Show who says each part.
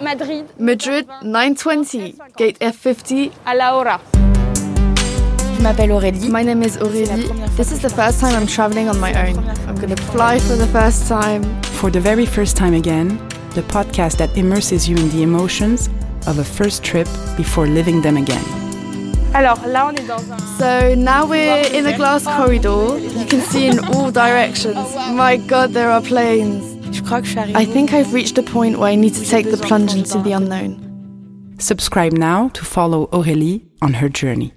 Speaker 1: Madrid,
Speaker 2: Madrid 920, gate F50.
Speaker 1: à la hora.
Speaker 3: Je m'appelle Aurélie.
Speaker 2: My name is Aurélie. This is the first time I'm traveling on my own. I'm gonna fly for the first time.
Speaker 4: For the very first time again, the podcast that immerses you in the emotions of a first trip before living them again.
Speaker 1: Alors là, on est dans un.
Speaker 2: So now we're in a glass corridor. You can see in all directions. My god, there are planes.
Speaker 3: Je crois que je suis arrivée.
Speaker 2: I think I've reached a point where I need to take the plunge into the unknown.
Speaker 4: Subscribe now to follow Aurélie on her journey.